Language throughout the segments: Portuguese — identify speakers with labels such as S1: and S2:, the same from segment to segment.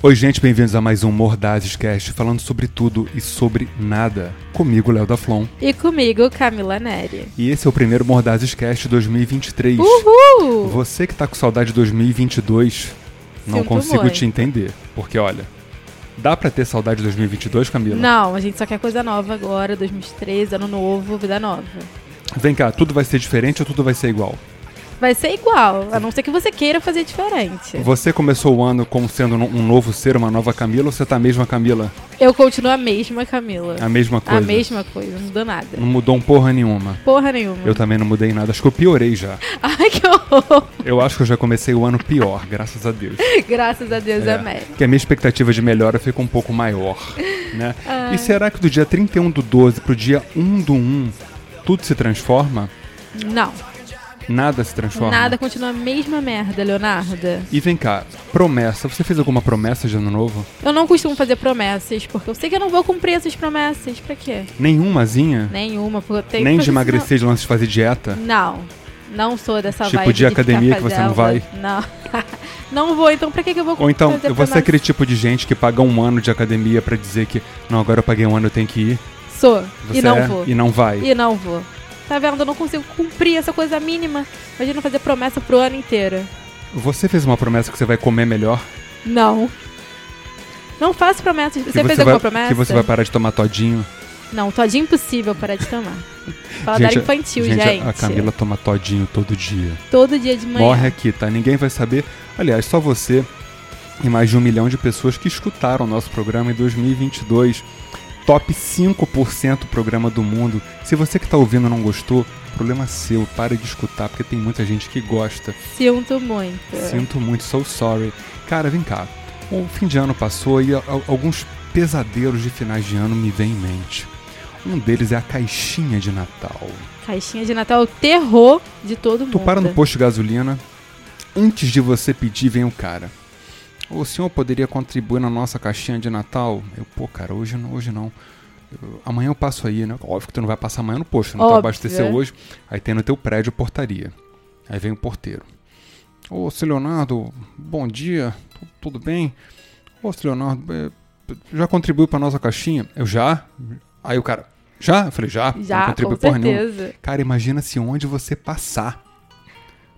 S1: Oi, gente, bem-vindos a mais um Mordazes Cast, falando sobre tudo e sobre nada. Comigo, Léo da Flon.
S2: E comigo, Camila Neri.
S1: E esse é o primeiro Mordazes Cast 2023.
S2: Uhul!
S1: Você que tá com saudade de 2022, não
S2: Sinto
S1: consigo
S2: muito.
S1: te entender. Porque, olha, dá pra ter saudade de 2022, Camila?
S2: Não, a gente só quer coisa nova agora, 2013, ano novo, vida nova.
S1: Vem cá, tudo vai ser diferente ou tudo vai ser igual?
S2: Vai ser igual, a não ser que você queira fazer diferente.
S1: Você começou o ano como sendo um novo ser, uma nova Camila, ou você tá a mesma Camila?
S2: Eu continuo a mesma Camila.
S1: A mesma
S2: A
S1: coisa?
S2: mesma coisa, não mudou nada.
S1: Não mudou um porra nenhuma.
S2: Porra nenhuma.
S1: Eu também não mudei nada, acho que eu piorei já.
S2: Ai, que horror.
S1: Eu acho que eu já comecei o ano pior, graças a Deus.
S2: Graças a Deus,
S1: É,
S2: amém.
S1: que a minha expectativa de melhora fica um pouco maior, né?
S2: Ah.
S1: E será que do dia 31 do 12 pro dia 1 do 1 tudo se transforma?
S2: Não,
S1: Nada se transforma?
S2: nada continua a mesma merda, Leonardo.
S1: E vem cá, promessa. Você fez alguma promessa de ano novo?
S2: Eu não costumo fazer promessas, porque eu sei que eu não vou cumprir essas promessas. Pra quê?
S1: Nenhumazinha?
S2: Nenhuma, porque eu tenho
S1: Nem
S2: porque
S1: de
S2: senão-
S1: emagrecer, de lance de fazer dieta?
S2: Não. Não sou dessa
S1: Tipo
S2: vibe
S1: de academia
S2: ficar
S1: que você não
S2: fazendo-
S1: vai?
S2: Não. não vou, então pra que que eu vou
S1: Ou então,
S2: fazer
S1: você é
S2: promessa?
S1: aquele tipo de gente que paga um ano de academia pra dizer que, não, agora eu paguei um ano, eu tenho que ir.
S2: Sou.
S1: Você
S2: e não
S1: é
S2: vou.
S1: e não vai.
S2: E não vou. Tá vendo? Eu não consigo cumprir essa coisa mínima. Imagina fazer promessa pro ano inteiro.
S1: Você fez uma promessa que você vai comer melhor?
S2: Não. Não faço promessas.
S1: que
S2: Você, fez
S1: você
S2: alguma
S1: vai,
S2: promessa?
S1: Que você vai parar de tomar todinho?
S2: Não, todinho impossível parar de tomar. Paladar
S1: Gente, a-
S2: infantil,
S1: gente,
S2: gente.
S1: a- A Camila toma todinho todo dia.
S2: Todo dia de manhã.
S1: Morre aqui, tá? Ninguém vai saber. Aliás, só você e mais de um milhão de pessoas que escutaram o nosso programa em 2022. Top 5% programa do mundo. Se você que tá ouvindo não gostou, problema seu. Para de escutar, porque tem muita gente que gosta.
S2: Sinto muito.
S1: Sinto muito, so sorry. Cara, vem cá. O fim de ano passou e a- a- alguns pesadelos de finais de ano me vêm em mente. Um deles é a caixinha de Natal.
S2: Caixinha de Natal, é o terror de todo mundo.
S1: Tu para no posto de gasolina, antes de você pedir, vem o cara. O senhor poderia contribuir na nossa caixinha de Natal? Eu, pô, cara, hoje não, hoje não. Eu- amanhã eu passo aí, né? Óbvio que tu não vai passar amanhã no posto, não tu
S2: Óbvio. é.
S1: abasteceu hoje. Aí tem no teu prédio portaria. Aí vem o porteiro. Ô, seu Leonardo, bom dia, tu- tudo bem? Ô, seu Leonardo, é, já contribuiu pra nossa caixinha? Eu já? Aí o cara, já? Eu falei, já? não
S2: Já, com
S1: contribuiu porra nenhuma.
S2: certeza.
S1: Cara, imagina se onde você passar,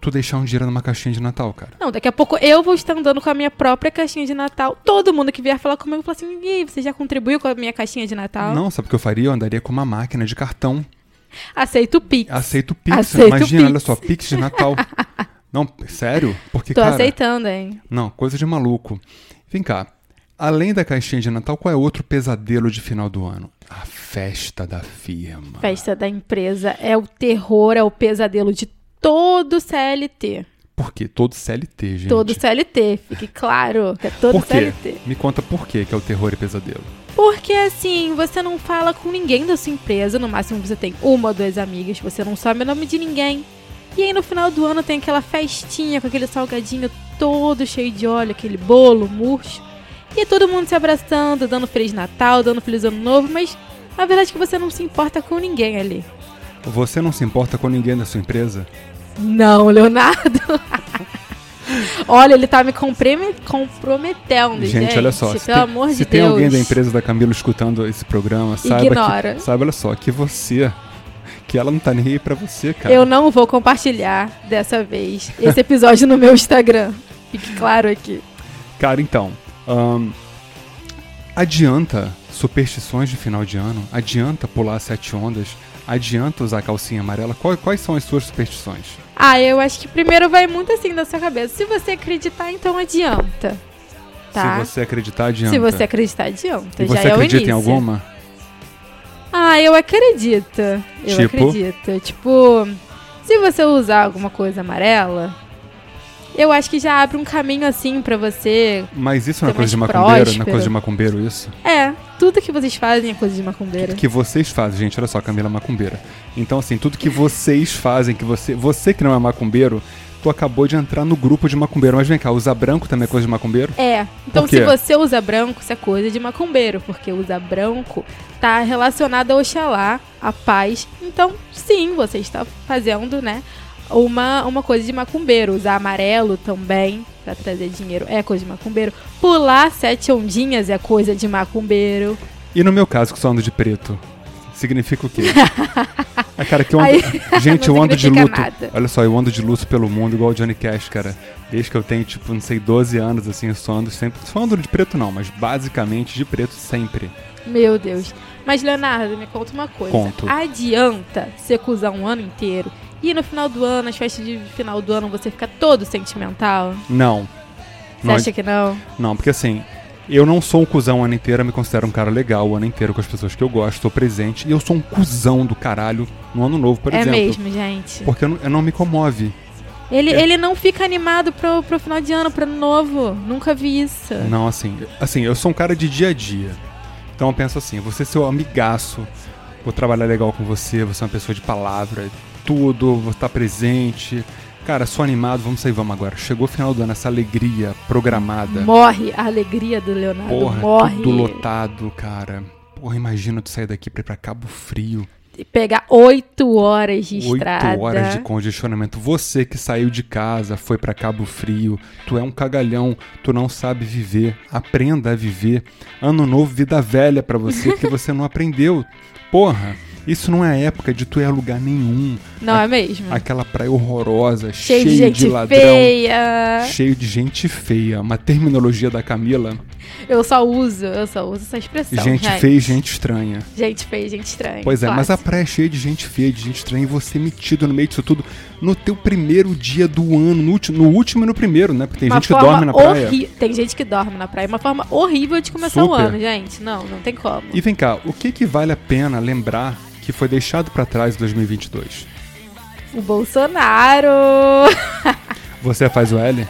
S1: tu deixar um dinheiro numa caixinha de Natal, cara.
S2: Não, daqui a pouco eu vou estar andando com a minha própria caixinha de Natal. Todo mundo que vier falar comigo fala assim: e aí, você já contribuiu com a minha caixinha de Natal?
S1: Não, sabe o que eu faria? Eu andaria com uma máquina de cartão.
S2: Aceito o Pix.
S1: Aceito Pix.
S2: Aceito
S1: imagina,
S2: Pix.
S1: olha só, Pix de Natal. Não, sério? Porque,
S2: Tô
S1: cara...
S2: aceitando, hein?
S1: Não, coisa de maluco. Vem cá. Além da caixinha de Natal, qual é outro pesadelo de final do ano? A festa da firma.
S2: Festa da empresa é o terror, é o pesadelo de todo CLT.
S1: Por quê? Todo CLT, gente.
S2: Todo CLT, fique claro que é todo
S1: Por quê?
S2: CLT.
S1: Me conta por quê que é o terror e pesadelo.
S2: Porque assim, você não fala com ninguém da sua empresa, no máximo você tem uma ou duas amigas, você não sabe o nome de ninguém. E aí no final do ano tem aquela festinha com aquele salgadinho todo cheio de óleo, aquele bolo murcho. E todo mundo se abraçando, dando Feliz Natal, dando Feliz Ano Novo, mas a verdade é que você não se importa com ninguém ali.
S1: Você não se importa com ninguém da sua empresa?
S2: Não, Leonardo. olha, ele tá me compreme- comprometendo, gente.
S1: Gente, olha só.
S2: Pelo
S1: se tem,
S2: amor
S1: se
S2: de
S1: tem
S2: Deus.
S1: alguém da empresa da Camila escutando esse programa, saiba
S2: Ignora.
S1: que. Saiba, olha só, que você. Que ela não tá nem aí pra você, cara.
S2: Eu não vou compartilhar dessa vez esse episódio no meu Instagram. Fique claro aqui.
S1: Cara, então. ahn, adianta superstições de final de ano? Adianta pular sete ondas? Adianta usar calcinha amarela? Qual- quais são as suas superstições?
S2: Ah, eu acho que primeiro vai muito assim da sua cabeça. Se você acreditar, então adianta. Tá?
S1: Se você acreditar, adianta.
S2: Se você acreditar, adianta.
S1: e
S2: Já
S1: você
S2: é o
S1: acredita
S2: início.
S1: em alguma?
S2: Ah, eu acredito. Eu
S1: Tipo?
S2: acredito. Tipo, se você usar alguma coisa amarela, eu acho que já abre um caminho assim pra você.
S1: Mas isso não é
S2: Ser
S1: coisa de
S2: mais
S1: macumbeiro? Não é
S2: próspero.
S1: coisa de macumbeiro isso?
S2: É, tudo que vocês fazem é coisa de macumbeira.
S1: que vocês fazem, gente, olha só, Camila é Macumbeira. Então, assim, tudo que vocês fazem, que você. Você que não é macumbeiro, tu acabou de entrar no grupo de macumbeiro. Mas vem cá, usar branco também é coisa de macumbeiro?
S2: É. Então,
S1: Por quê?
S2: se você usa branco, isso é coisa de macumbeiro, porque usar branco tá relacionado a Oxalá, a paz. Então, sim, você está fazendo, né, uma, uma coisa de macumbeiro. Usar amarelo também pra trazer dinheiro é coisa de macumbeiro. Pular sete ondinhas é coisa de macumbeiro.
S1: E no meu caso, que só ando de preto, significa o quê? Ah, cara, que eu ando...
S2: Aí-
S1: Gente,
S2: Não
S1: eu ando de
S2: significa
S1: luto.
S2: nada.
S1: Olha só, eu ando de luto pelo mundo igual o Johnny Cash, cara. Desde que eu tenho, tipo, não sei, 12 anos, assim, eu só ando sempre. Só ando de preto não, mas basicamente de preto sempre.
S2: Meu Deus. Mas, Leonardo, me conta uma coisa.
S1: Conto.
S2: Adianta ser cuzão um ano inteiro e no final do ano, as festas de final do ano, você fica todo sentimental?
S1: Não.
S2: Você
S1: Não,
S2: acha que não?
S1: não, porque assim, eu não sou um cuzão o ano inteiro, eu me considero um cara legal o ano inteiro com as pessoas que eu gosto, sou presente, e eu sou um cuzão do caralho no ano novo, por
S2: é
S1: exemplo.
S2: mesmo, gente.
S1: Porque eu não, eu não me comove.
S2: Ele,
S1: É.
S2: ele não fica animado pro, pro final de ano, pro ano novo. Nunca vi isso.
S1: Não, assim, assim, eu sou um cara de dia a dia. Então eu penso assim, você é seu amigaço, vou trabalhar legal com você, você é uma pessoa de palavra, tudo, vou estar presente. Cara, sou animado, vamos sair, vamos agora. Chegou o final do ano, essa alegria programada.
S2: Morre a alegria do Leonardo.
S1: Porra,
S2: morre.
S1: tudo lotado, cara. Porra, imagina tu sair daqui pra ir pra Cabo Frio.
S2: E Pegar oito horas de
S1: Oito
S2: estrada.
S1: horas de congestionamento. Você que saiu de casa, foi pra Cabo Frio, tu é um cagalhão, tu não sabe viver. Aprenda a viver. Ano novo, vida velha pra você, porque você não aprendeu. Porra, isso não é época de tu ir a lugar nenhum.
S2: Não é mesmo?
S1: Aquela praia horrorosa,
S2: Cheio
S1: cheia
S2: de gente
S1: ladrão.
S2: feia.
S1: Cheio de gente feia. Uma terminologia da Camila.
S2: Eu só uso, eu só uso essa expressão.
S1: gente feia e gente estranha.
S2: Gente feia, gente estranha.
S1: Pois é, mas a
S2: clássico.
S1: praia é cheia de gente feia, de gente estranha, e você é metido no meio disso tudo, no teu primeiro dia do ano, no, ulti- no último e no primeiro, né? Porque tem gente que
S2: forma
S1: dorme na praia.
S2: horri- Tem gente que dorme na praia. Uma forma horrível de começar o
S1: Super.
S2: ano, gente. Não, não tem como.
S1: E vem cá, o que que vale a pena lembrar que foi deixado pra trás em 2022?
S2: O Bolsonaro.
S1: Você é faz o L?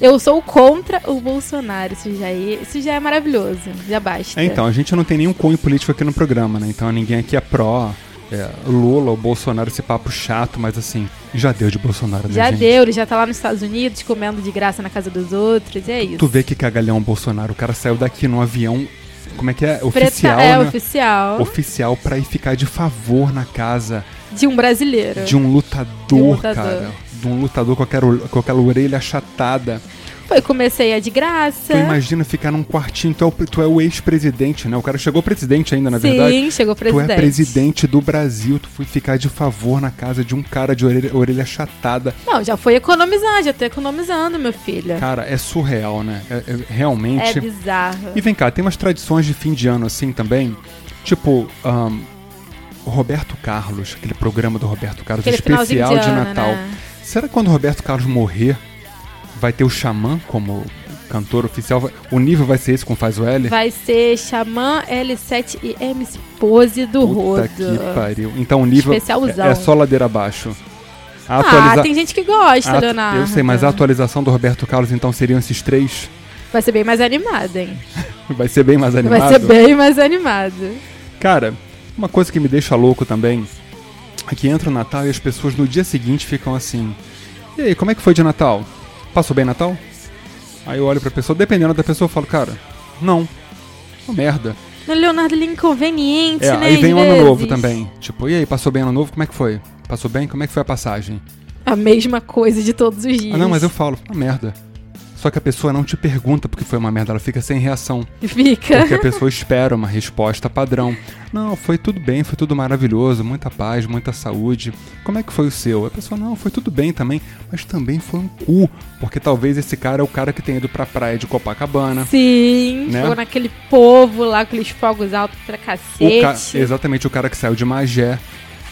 S2: Eu sou contra o Bolsonaro. Isso já é, isso já é maravilhoso. Já basta.
S1: É, então, a gente não tem nenhum cunho político aqui no programa, né? Então ninguém aqui é pró, é, Lula ou Bolsonaro, esse papo chato, mas assim, já deu de Bolsonaro, né,
S2: Já
S1: gente?
S2: deu, ele já tá lá nos Estados Unidos comendo de graça na casa dos outros. E é isso.
S1: Tu vê que cagalhão Bolsonaro, o cara saiu daqui num avião, como é que é? Oficial,
S2: Preta-
S1: né?
S2: é oficial
S1: oficial pra ir ficar de favor na casa
S2: de um brasileiro.
S1: de um lutador,
S2: De um lutador.
S1: cara. De um lutador com aquela, ol- com aquela orelha achatada.
S2: Foi, comecei a de graça.
S1: Tu imagina ficar num quartinho, tu é o, tu é o ex-presidente, né? O cara chegou presidente ainda, na
S2: Sim,
S1: verdade.
S2: chegou presidente.
S1: Tu é presidente do Brasil, tu foi ficar de favor na casa de um cara de orelha, orelha achatada.
S2: Não, já foi economizar, já tô economizando, meu filho.
S1: Cara, é surreal, né? É- é
S2: É
S1: realmente.
S2: bizarro.
S1: E vem cá, tem umas tradições de fim de ano assim também. Tipo, ahn, Roberto Carlos, aquele programa do Roberto Carlos,
S2: Aquele finalzinho
S1: especial de,
S2: ano,
S1: Natal.
S2: né?
S1: Será que quando o Roberto Carlos morrer, vai ter o Xamã como cantor oficial? Vai- O nível vai ser esse com Faz o L?
S2: Vai ser Xamã L7 e MC Pose do
S1: Puta
S2: Rodo.
S1: que pariu. Então o nível
S2: Especialzão.
S1: é, é só ladeira abaixo. A
S2: Ah,
S1: atualiza-
S2: tem gente que gosta,
S1: a-
S2: Leonardo.
S1: Ah,
S2: né?
S1: Eu sei, mas a atualização do Roberto Carlos então seriam esses três?
S2: Vai ser bem mais animado, hein?
S1: Vai ser bem mais animado?
S2: Vai ser bem mais animado.
S1: Cara, uma coisa que me deixa louco também é que entra o Natal e as pessoas no dia seguinte ficam assim: E aí, como é que foi de Natal? Passou bem Natal? Aí eu olho pra pessoa, dependendo da pessoa, eu falo: Cara, não. Uma merda.
S2: No Leonardo ele é inconveniente,
S1: É,
S2: né?
S1: aí
S2: às
S1: vem o ano
S2: vezes.
S1: novo também. Tipo, e aí, passou bem ano novo? Como é que foi? Passou bem? Como é que foi a passagem?
S2: A mesma coisa de todos os dias.
S1: Ah, não, mas eu falo: Uma merda. Só que a pessoa não te pergunta porque foi uma merda, ela fica sem reação.
S2: Fica.
S1: Porque a pessoa espera uma resposta padrão. Não, foi tudo bem, foi tudo maravilhoso, muita paz, muita saúde. Como é que foi o seu? A pessoa, não, foi tudo bem também, mas também foi um cu. Porque talvez esse cara é o cara que tem ido pra praia de Copacabana. Né?
S2: Sim, assim, ficou naquele povo lá, aqueles fogos altos pra
S1: O ca-
S2: cacete.
S1: Exatamente, o cara que saiu de Magé.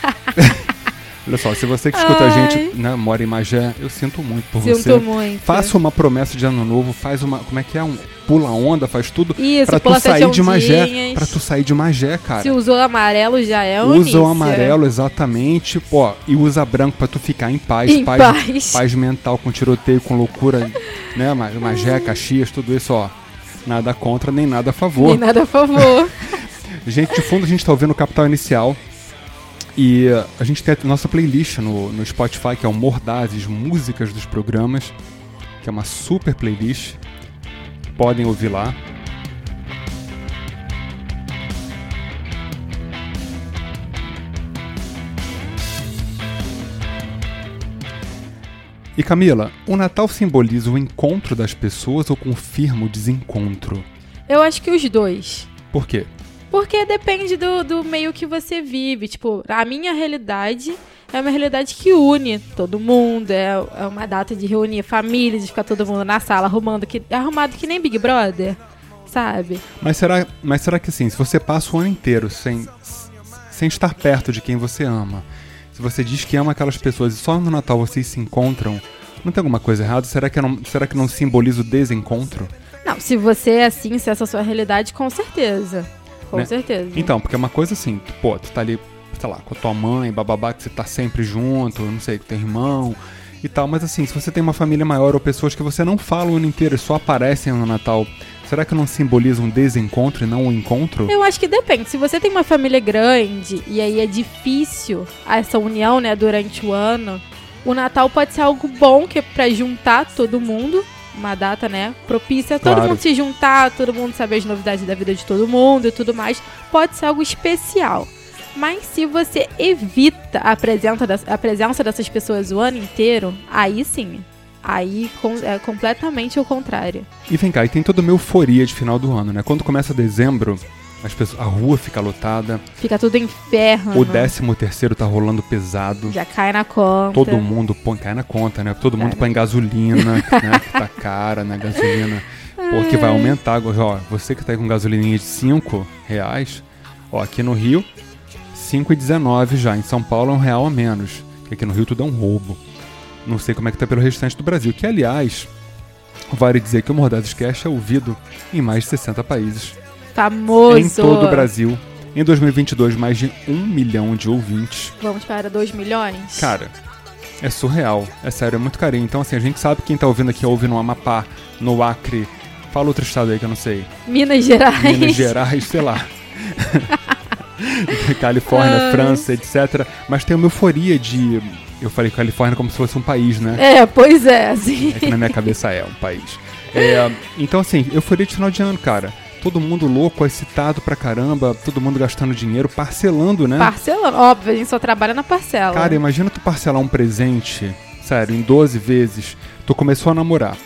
S1: Olha só, se você que escuta a gente, né, mora em Magé, eu sinto muito por
S2: Sinto
S1: você.
S2: muito.
S1: Faça uma promessa de ano novo, faz uma. Como é que é? Um pula onda, faz tudo.
S2: Isso,
S1: um pra tu
S2: pula sete
S1: sair de Magé.
S2: ondinhas.
S1: Pra tu sair de Magé, cara.
S2: Se usou amarelo já é um
S1: usa
S2: início.
S1: o amarelo, exatamente, pô, e usa branco pra tu ficar em paz,
S2: Em
S1: paz,
S2: paz.
S1: paz mental com tiroteio, com loucura, né, ma- magé, caxias, tudo isso, ó. Nada contra, nem nada a favor.
S2: Nem nada a favor.
S1: Gente, de fundo a gente tá ouvindo Capital Inicial. E eh, a gente tem a nossa playlist no, no Spotify, que é o Mordazes Músicas dos Programas, que é uma super playlist. Podem ouvir lá. E Camila, o Natal simboliza o encontro das pessoas ou confirma o desencontro?
S2: Eu acho que os dois.
S1: Por quê?
S2: Porque depende do, do meio que você vive. Tipo, a minha realidade é uma realidade que une todo mundo. É, é uma data de reunir família, de ficar todo mundo na sala arrumando que, arrumado que nem Big Brother, sabe?
S1: Mas será, mas será que assim, se você passa o ano inteiro sem, sem estar perto de quem você ama, se você diz que ama aquelas pessoas e só no Natal vocês se encontram, não tem alguma coisa errada? Será que não, será que não simboliza o desencontro?
S2: Não, se você é assim, se essa é a sua realidade, com certeza. Com
S1: Né?
S2: certeza.
S1: Então, porque é uma coisa assim, tu- pô, tu tá ali, sei lá, com a tua mãe, bababá, que você tá sempre junto, não sei, com teu irmão e tal, mas assim, se você tem uma família maior ou pessoas que você não fala o ano inteiro e só aparecem no Natal, será que não simboliza um desencontro e não um encontro?
S2: Eu acho que depende. Se você tem uma família grande e aí é difícil essa união, né, durante o ano, o Natal pode ser algo bom que é pra juntar todo mundo. Uma data, né? Propícia a todo
S1: Claro.
S2: mundo se juntar, todo mundo saber as novidades da vida de todo mundo e tudo mais. Pode ser algo especial. Mas se você evita a presença, das- a presença dessas pessoas o ano inteiro, aí sim. Aí com- é completamente o contrário.
S1: E vem cá, e tem toda uma euforia de final do ano, né? Quando começa dezembro, as pessoas, a rua fica lotada,
S2: Fica tudo em ferro.
S1: o décimo terceiro tá rolando pesado.
S2: Já cai na conta.
S1: Todo mundo põe, cai na conta, né? Todo mundo
S2: Cara.
S1: põe gasolina, né? Que tá cara na gasolina. Porque vai aumentar agora. Ó, você que tá aí com gasolininha de 5 reais, ó, aqui no Rio, 5,19 já. Em São Paulo é um real a menos. Porque aqui no Rio tudo é um roubo. Não sei como é que tá pelo restante do Brasil. Que, aliás, vale dizer que o Mordazes Cash é ouvido em mais de 60 países.
S2: Famoso.
S1: Em todo o Brasil. Em 2022, mais de 1 milhão de ouvintes.
S2: Vamos para 2 milhões?
S1: Cara, é surreal. É sério, é muito carinho. Então, assim, a gente sabe que quem tá ouvindo aqui ouve no Amapá, no Acre. Fala outro estado aí que eu não sei.
S2: Minas Gerais.
S1: Minas Gerais, sei lá. Califórnia,
S2: Ai.
S1: França, etc. Mas tem uma euforia de. Eu falei Califórnia como se fosse um país, né?
S2: É, pois é, assim.
S1: É que na minha cabeça é um país. É, então, assim, euforia de final de ano, cara. Todo mundo louco, excitado pra caramba, todo mundo gastando dinheiro, parcelando, né?
S2: Parcelando. Óbvio, a gente só trabalha na parcela.
S1: Cara, imagina tu parcelar um presente, sério, em 12 vezes. Tu começou a namorar.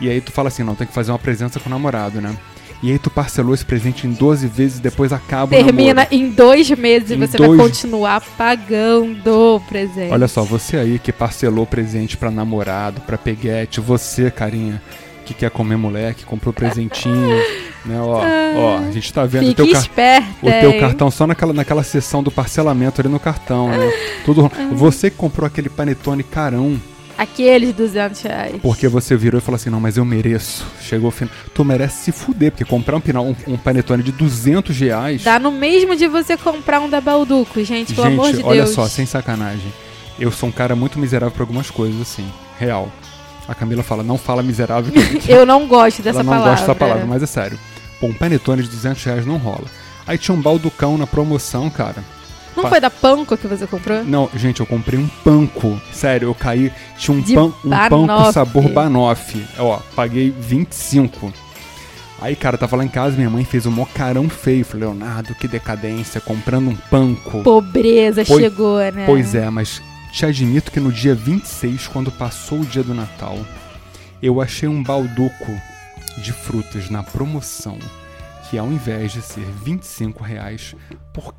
S1: E aí tu fala assim, não, tem que fazer uma presença com o namorado, né? E aí tu parcelou esse presente em 12 vezes e depois acaba o
S2: Termina
S1: namoro.
S2: em dois meses e
S1: Em
S2: você
S1: dois-
S2: vai continuar pagando o presente.
S1: Olha só, você aí que parcelou presente pra namorado, pra peguete, você, carinha, que quer comer moleque, comprou presentinho, né? Ó, ó, a gente tá vendo o
S2: Ah, Fique
S1: teu cartão.
S2: esperta.
S1: O teu
S2: hein?
S1: cartão só naquela, naquela sessão do parcelamento ali no cartão, né? Tudo,
S2: Ah.
S1: você que comprou aquele panetone carão
S2: Aqueles 200 reais.
S1: Porque você virou e falou assim, não, mas eu mereço. Chegou o final. Tu merece se fuder, porque comprar um, pina- um, um panetone de 200 reais...
S2: Dá no mesmo de você comprar um da Balduco, gente, pelo amor de
S1: gente,
S2: Deus.
S1: olha só, sem sacanagem. Eu sou um cara muito miserável pra algumas coisas, assim. Real. A Camila fala, não fala miserável. que
S2: Eu não gosto dessa
S1: ela não
S2: palavra.
S1: gosta dessa palavra, mas é sério. Pô, um panetone de 200 reais não rola. Aí tinha um balducão na promoção, cara.
S2: Não foi da Panko que você comprou?
S1: Não, gente, eu comprei um panko. Sério, eu caí. Tinha um,
S2: De
S1: pan, um panko
S2: banoffee.
S1: sabor banoffee. Ó, paguei 25. Aí, cara, tava lá em casa, minha mãe fez um mocarão feio. Falei, Leonardo, que decadência, comprando um panko.
S2: Pobreza
S1: Pois-
S2: chegou, né?
S1: Pois é, mas te admito que no dia 26, quando passou o dia do Natal, eu achei um balduco de frutas na promoção, que ao invés de ser 25 reais, por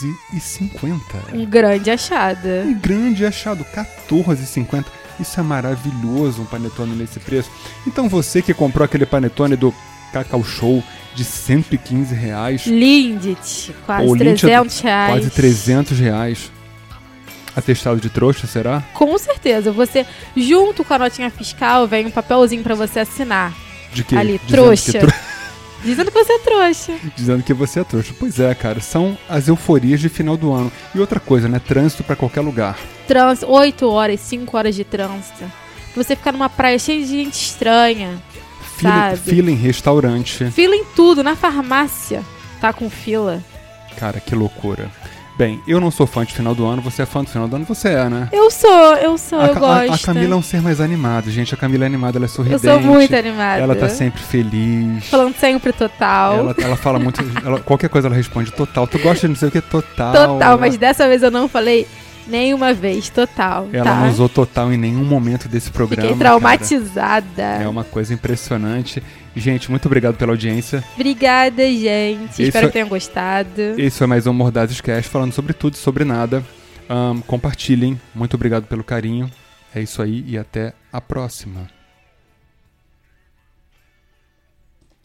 S1: 14,50.
S2: Um grande achado.
S1: Um grande achado, R$14,50. Isso é maravilhoso, um panetone nesse preço. Então você que comprou aquele panetone do Cacau Show de 115 reais,
S2: Lindt, quase
S1: Ou Lindt é
S2: 300 reais.
S1: quase 300 reais, atestado de trouxa, será?
S2: Com certeza. Você, junto com a notinha fiscal, vem um papelzinho pra você assinar.
S1: De que?
S2: Ali,
S1: Dizendo
S2: trouxa.
S1: que tro-
S2: Dizendo que você é trouxa.
S1: Dizendo que você é trouxa. Pois é, cara, são as euforias de final do ano. E outra coisa, né? Trânsito pra qualquer lugar.
S2: Trânsito, 8 horas, 5 horas de trânsito. Você ficar numa praia cheia de gente estranha.
S1: Fila,
S2: Sabe.
S1: fila em restaurante.
S2: Fila em tudo, na farmácia. Tá com fila.
S1: Cara, que loucura. Bem, eu não sou fã de final do ano, você é fã do final do ano, você é, né?
S2: Eu sou, eu sou, Então, eu
S1: Ca-
S2: gosto.
S1: a Camila é um ser mais animado, gente. A Camila é animada, ela é
S2: eu
S1: sorridente.
S2: sou muito animada.
S1: Ela tá sempre feliz.
S2: Falando sempre total.
S1: Ela, ela fala muito. ela- qualquer coisa ela responde total. Tu gosta de não sei o que? Total.
S2: Total,
S1: Ela-
S2: mas dessa vez eu não falei Nenhuma vez, total.
S1: Ela
S2: tá?
S1: não usou total em nenhum momento desse programa.
S2: Fiquei
S1: cara.
S2: traumatizada.
S1: É uma coisa impressionante. Gente, muito obrigado pela audiência.
S2: Obrigada, gente. Espero
S1: Isso- é-
S2: que tenham gostado.
S1: Esse foi mais um Mordazes Cast falando sobre tudo e sobre nada. Ahn, compartilhem. Muito obrigado pelo carinho. É isso aí e até a próxima.